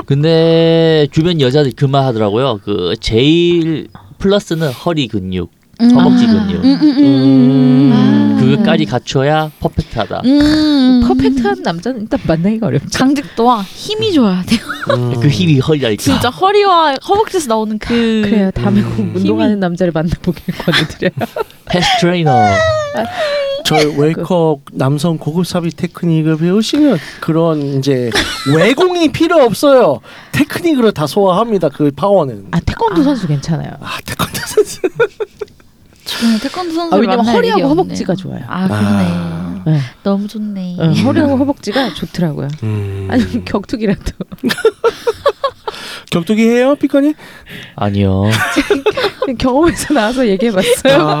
근데 주변 여자들 그 말 하더라고요. 그 제일 플러스는 허리 근육,
음.
음.
허벅지 근육. 음. 그거까지 갖춰야 퍼펙트하다.
음.
퍼펙트한 남자는 일단 만나기가 어렵죠.
강직도와 힘이 좋아야 돼요.
음.
그 힘이 허리라니까.
음. 진짜 허리와 허벅지에서 나오는 그
그래요. 다음에
음.
꼭 운동하는 남자를 만나보길 권해드려요.
헬스 트레이너.
저희 웨이크업 남성 고급 삽입 테크닉을 배우시면 그런 이제 외공이 필요 없어요. 테크닉으로 다 소화합니다. 그 파워는.
아 태권도 선수 괜찮아요.
아 태권도 선수.
저는 태권도 선수
아, 왜냐면 허리하고 허벅지가 좋아요.
아 그러네.
아.
네.
너무 좋네.
어, 허리하고 허벅지가 좋더라고요. 아니 격투기라도
격투기 해요, 피커니?
아니요.
그냥 경험에서 나와서 얘기해봤어요.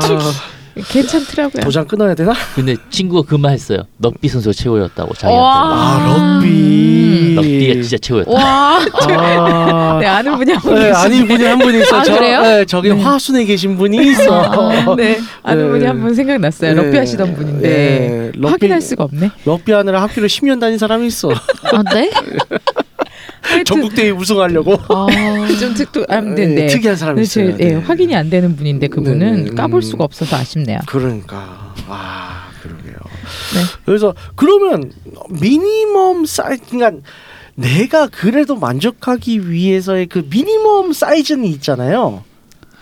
괜찮더라고요.
아, 도장 끊어야 되나?
근데 친구가 그 말 했어요. 럭비 선수가 최고였다고 자기한테.
아 럭비.
럭비가 진짜 최고였다.
와
아.
네 아는 분이 한 분이
네, 아닌 분이 한 분이 있어.
아,
저,
그래요?
네, 저기 화순에 계신 분이 있어.
네 아는
네.
분이 한 분 생각났어요.
네.
럭비 하시던 분인데
네, 럭비-
확인할 수가 없네.
럭비 하느라 학교를 10년 다닌 사람이 있어.
아, 네?
하여튼
전국대회 우승하려고.
아,
좀 특도 아, 안 되는데
네, 특이한 사람이 있어요.
예, 확인이 안 되는 분인데 그분은
네, 네.
까볼
음.
수가 없어서 아쉽네요.
그러니까 아 그러게요.
네.
그래서 그러면 미니멈 사이즈 그러니까 내가 그래도 만족하기 위해서의 그 미니멈 사이즈는 있잖아요.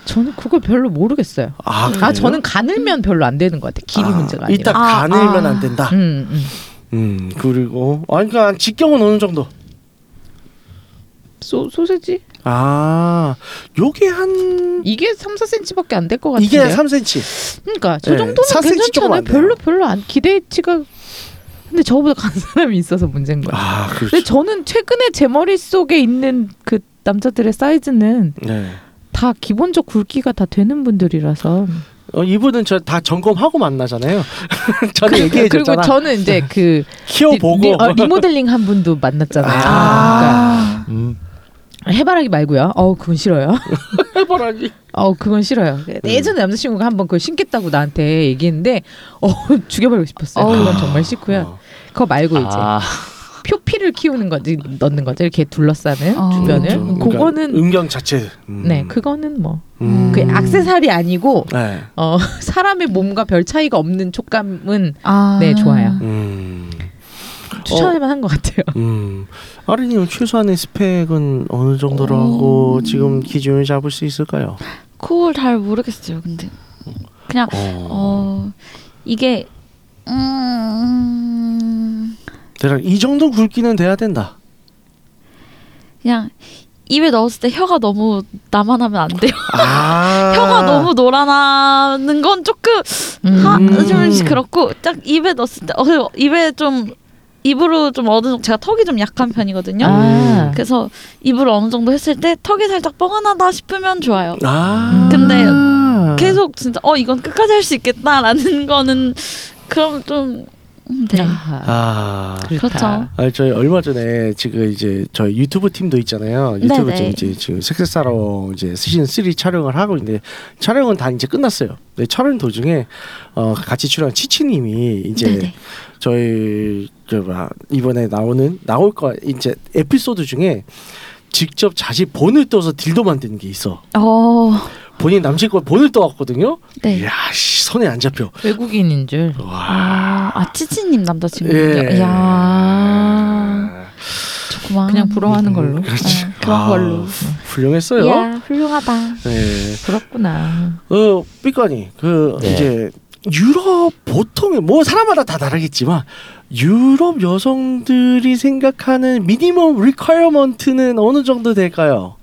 저는 그걸 별로 모르겠어요.
아,
아
그래요?
저는 가늘면 별로 안 되는 것 같아. 길이
아,
문제가 아니라.
일단
아,
가늘면
아.
안 된다. 음,
음, 음.
그리고 아 그러니까 직경은 어느 정도?
소, 소세지
아 요게 한
이게 3, 4cm밖에 안 될 것 같은데.
이게 3cm.
그러니까 저
네,
정도면
4cm 조금
괜찮잖아요.
안 돼요.
별로 별로 안 기대치가 근데 저보다 간 사람이 있어서 문제인 거야.
아
근데
그렇죠.
저는 최근에 제 머릿속에 있는 그 남자들의 사이즈는
네.
다 기본적 굵기가 다 되는 분들이라서
어, 이분은 저 다 점검하고 만나잖아요. 전에 얘기해
그리고
줬잖아.
저는 어, 이제 그
키워
리,
보고
리, 모델링한 분도 만났잖아요.
아.
그러니까
음.
해바라기 말고요. 어 그건 싫어요.
해바라기. 네.
어 그건 싫어요. 예전에 남자친구가 한 번 그걸 신겠다고 나한테 얘기했는데 어 죽여버리고 싶었어요. 그건 정말 싫고요.
어.
그거 말고 이제
아,
표피를 키우는 거지 넣는 거죠. 이렇게 둘러싸는
어.
주변을.
좀 그러니까
음. 그거는
음경 자체. 음.
네 그거는 뭐
음.
그 악세사리 아니고
네.
어 사람의 몸과 별 차이가 없는 촉감은
아.
네, 좋아요.
음.
추천할 만한 것 같아요.
음. 아리님 최소한의 스펙은 어느 정도라고 지금 기준을 잡을 수 있을까요?
그걸 잘 모르겠어요. 근데 그냥
어.
어 이게 음
대략 이 정도 굵기는 돼야 된다.
그냥 입에 넣었을 때 혀가 너무 나만 하면 안 돼요.
아.
혀가 너무 노란하는 건 조금 하,
음.
좀 그렇고 딱 입에 넣었을 때 어, 입에 좀 입으로 좀 어느 정도 제가 턱이 좀 약한 편이거든요.
아.
그래서 입으로 어느 정도 했을 때 턱이 살짝 뻐근하다 싶으면 좋아요.
아.
근데 계속 진짜 어 이건 끝까지 할 수 있겠다라는 거는 그럼 좀 음, 네.
아하. 그렇죠.
아.
그렇다.
아 저희 얼마 전에 지금 이제 저희 유튜브 팀도 있잖아요. 유튜브
네네.
지금 이제 지금 색색사로 이제 시즌 3 촬영을 하고 있는데 촬영은 다 이제 끝났어요. 근데 촬영 도중에 어 같이 출연 한 치치님이 이제
네네.
저희 그 뭐야, 이번에 나오는 나올 거 이제 에피소드 중에 직접 자신 본을 떠서 딜도 만드는 게 있어.
어,
본인 남친 거 본을 떠왔거든요.
네.
이야 씨, 손에 안 잡혀.
외국인인 줄.
와.
아, 아 치치님 남자친구군요.
예.
야, 좋구만.
그냥 부러워하는 걸로.
음, 그렇지.
아, 그런
아,
걸로.
훌륭했어요.
야, 훌륭하다.
네.
부럽구나.
어, 삐까니 그
네.
이제 유럽 보통의 뭐 사람마다 다 다르겠지만 유럽 여성들이 생각하는 미니멈 리퀘어먼트는 어느 정도 될까요?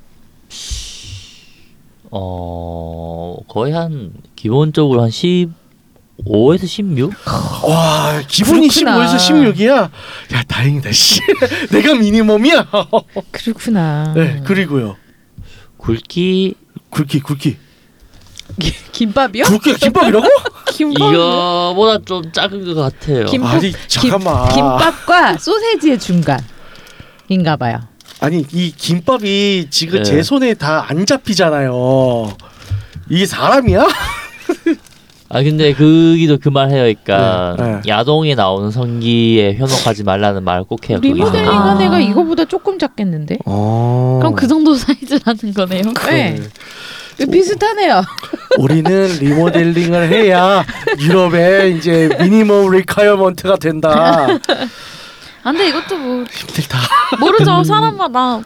어 거의 한 기본적으로 한 15에서 16?
와 기분이
그렇구나.
15에서 16이야. 야 다행이다. 씨. 내가 미니멈이야.
그렇구나.
네 그리고요
굵기
굵기 굵기
김밥이요?
굵기 그- 김밥이라고?
김밥.
이거보다 좀 작은 것 같아요.
김-
아니 잠깐만.
김, 김밥과 소세지의 중간인가 봐요.
아니 이 김밥이 지금
네.
제 손에 다 안 잡히잖아요. 이 사람이야?
아 근데 그기도 그 말 해요. 그러니까
네, 네.
야동에 나오는 성기에 현혹하지 말라는 말 꼭 해요. 거기서.
아.
리모델링한 애가 이거보다 조금 작겠는데?
어.
그럼 그 정도 사이즈라는 거네요.
그-
네. 비슷하네요.
우리는 리모델링을 해야 유럽의 이제 미니멈 리카이어먼트가 된다.
아, 근데 이것도 뭐
힘들다.
모르죠. 사람마다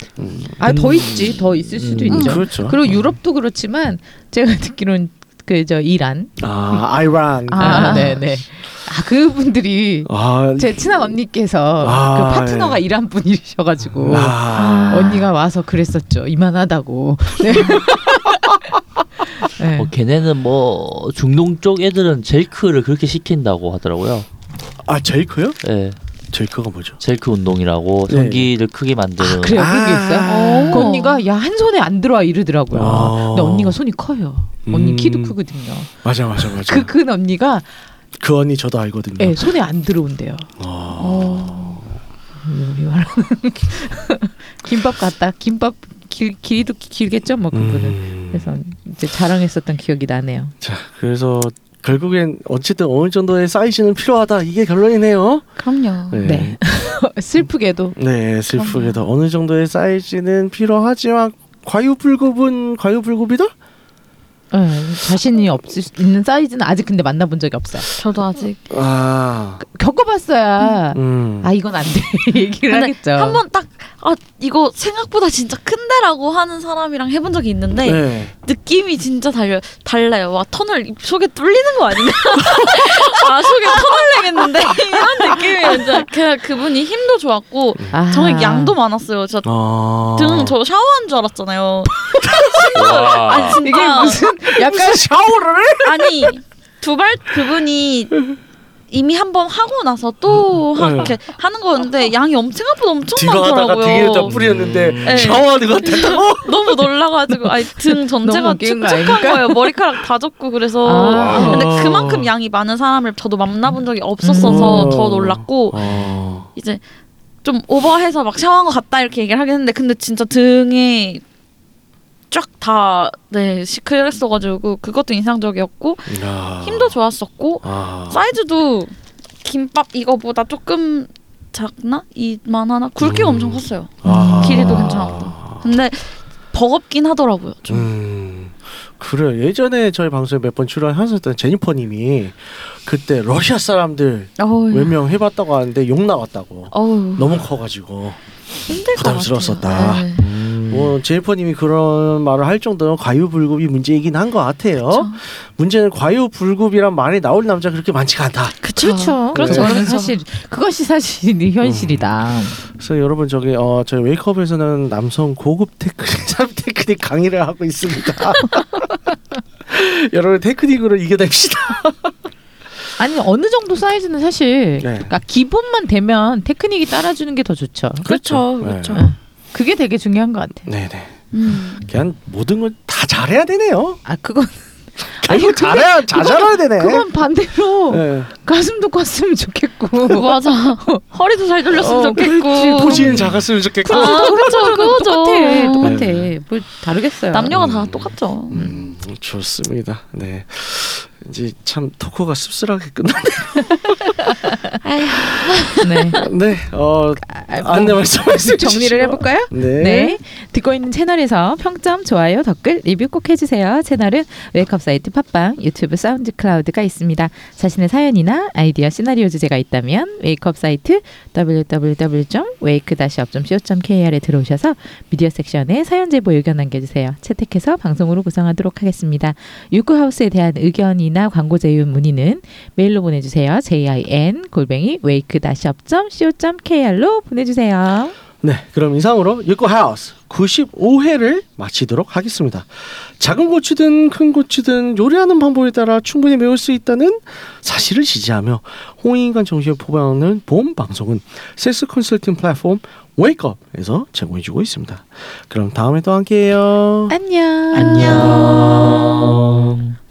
아 더 있지, 더 있을 수도
음,
있죠.
그렇죠.
그리고 유럽도 그렇지만 제가 듣기로는 그 저 이란,
아, 아이란.
아, 네네, 아 그분들이
아,
제 친한 언니께서
아,
그 파트너가
예.
이란 분이셔가지고
아.
언니가 와서 그랬었죠. 이만하다고. 네. 네.
어, 걔네는 뭐 중동 쪽 애들은 젤크를 그렇게 시킨다고 하더라고요.
아, 제이크요?
예.
제이크가 뭐죠?
젤크 운동이라고
네.
성기를 크게 만드는
아, 그래요? 그런 게 있어요?
어.
그 언니가 야 한 손에 안 들어와 이러더라고요.
아.
근데 언니가 손이 커요. 언니
음.
키도 크거든요.
맞아, 맞아, 맞아.
그
그,
큰 언니가
언니 저도 알거든요.
예, 손에 안 들어온대요.
아.
어. 이 말은 김밥 같다. 김밥 길, 길이도 기- 길겠죠, 뭐 그거는.
음.
그래서 이제 자랑했었던 기억이 나네요.
자, 그래서 결국엔 어쨌든 어느 정도의 사이즈는 필요하다. 이게 결론이네요.
그럼요.
네. 슬프게도
네, 슬프게도 어느 정도의 사이즈는 필요하지만 과유불급은 과유불급이다? 음.
예, 자신이 없을 수 있는 사이즈는 아직 근데 만나본 적이 없어요.
저도 아직
아,
겪어봤어야
음,
아 이건 안 돼 얘기를
근데
하겠죠.
한 번 딱 아, 이거 생각보다 진짜 큰데라고 하는 사람이랑 해본 적이 있는데
네.
느낌이 진짜 달려 달라요. 와 터널 입 속에 뚫리는 거 아닌가? 아 속에 터널 내겠는데 이런 느낌이에요. 진짜 그냥 그분이 힘도 좋았고
아.
정말 양도 많았어요. 저
아,
등저 샤워한 줄 알았잖아요.
와.
아니 진짜
이게 무슨 약간
네,
그렇죠.
샤워를 해?
아니 두발 그분이 이미 한 번 하고 나서 또 하,
네.
이렇게 하는 거였는데 양이 엄 생각보다 엄청
뒤로 하다가 등에다
많더라고요. 네.
뿌렸는데
음.
샤워하는 것 같았다고?
너무 놀라가지고 아니
너무
등 전체가
웃기는 거
축축한
아닙니까?
거예요. 머리카락 다 젖고 그래서
아.
근데 그만큼 양이 많은 사람을 저도 만나본 적이 없었어서
음.
더 놀랐고
어,
이제 좀 오버해서 막 샤워한 것 같다 이렇게 얘기를 하긴 했는데 근데 진짜 등에 쫙다네 시크했어가지고 그것도 인상적이었고
야.
힘도 좋았었고
아.
사이즈도 김밥 이거보다 조금 작나 이만하나 굵기가
음.
엄청 컸어요.
아.
길이도 괜찮았고. 근데 버겁긴 하더라고요. 좀
음. 그래 예전에 저희 방송에 몇 번 출연하셨던 제니퍼님이 그때 러시아 사람들
어우
외명 해봤다고 하는데 욕 나왔다고
어우
너무 커가지고
힘들 것
부담스러웠었다.
같아요. 네.
음.
뭐 제니퍼님이 그런 말을 할 정도는 과유불급이 문제이긴 한 것 같아요.
그쵸.
문제는 과유불급이란 말이 나올 남자 그렇게 많지가 않다.
그쵸.
그렇죠.
그렇죠.
그거는
그렇죠.
사실 그것이 사실 현실이다.
음. 그래서 여러분 저기 어 저희 웨이크업에서는 남성 고급 테크닉 삽 테크닉 강의를 하고 있습니다. 여러분 테크닉으로 이겨냅시다.
아니 어느 정도 사이즈는 사실
네.
그러니까 기본만 되면 테크닉이 따라주는 게 더 좋죠.
그렇죠.
그렇죠.
그렇죠.
네. 그게 되게 중요한 것 같아요.
네네.
음.
그냥 모든 걸 다 잘해야 되네요.
아 그건
아니
근데
잘해야 다 잘해야 되네.
그건 뭐 반대로
네.
가슴도 컸으면 좋겠고
맞아. 허리도 잘 돌렸으면
어,
좋겠고.
포지는 작았으면 좋겠고.
아, 그렇죠.
똑같아,
그거죠.
똑같아.
똑같아. 뭘 다르겠어요.
남녀가 다 똑같죠.
음 좋습니다. 네. 이제 참 토크가 씁쓸하게 끝났네요.
네.
네. 어 안내 말씀 말씀
아, 뭐 정리를 해볼까요?
네.
네. 듣고 있는 채널에서 평점, 좋아요, 댓글, 리뷰 꼭 해주세요. 채널은 웨이크업 사이트 팟빵, 유튜브 사운드 클라우드가 있습니다. 자신의 사연이나 아이디어, 시나리오 주제가 있다면 웨이크업 사이트 www.wake-up.co.kr에 들어오셔서 미디어 섹션에 사연 제보 의견 남겨주세요. 채택해서 방송으로 구성하도록 하겠습니다. 유쿠하우스에 대한 의견이나 광고 제휴 문의는 메일로 보내주세요. jin 골뱅이 wake-up.co.kr로 보내주세요.
네, 그럼 이상으로 육구 하우스 95회를 마치도록 하겠습니다. 작은 고추든 큰 고추든 요리하는 방법에 따라 충분히 매울 수 있다는 사실을 지지하며 홍익인간 정신을 포괄하는 봄 방송은 셀스 컨설팅 플랫폼 웨이크업에서 제공해주고 있습니다. 그럼 다음에 또 함께해요.
안녕.
안녕.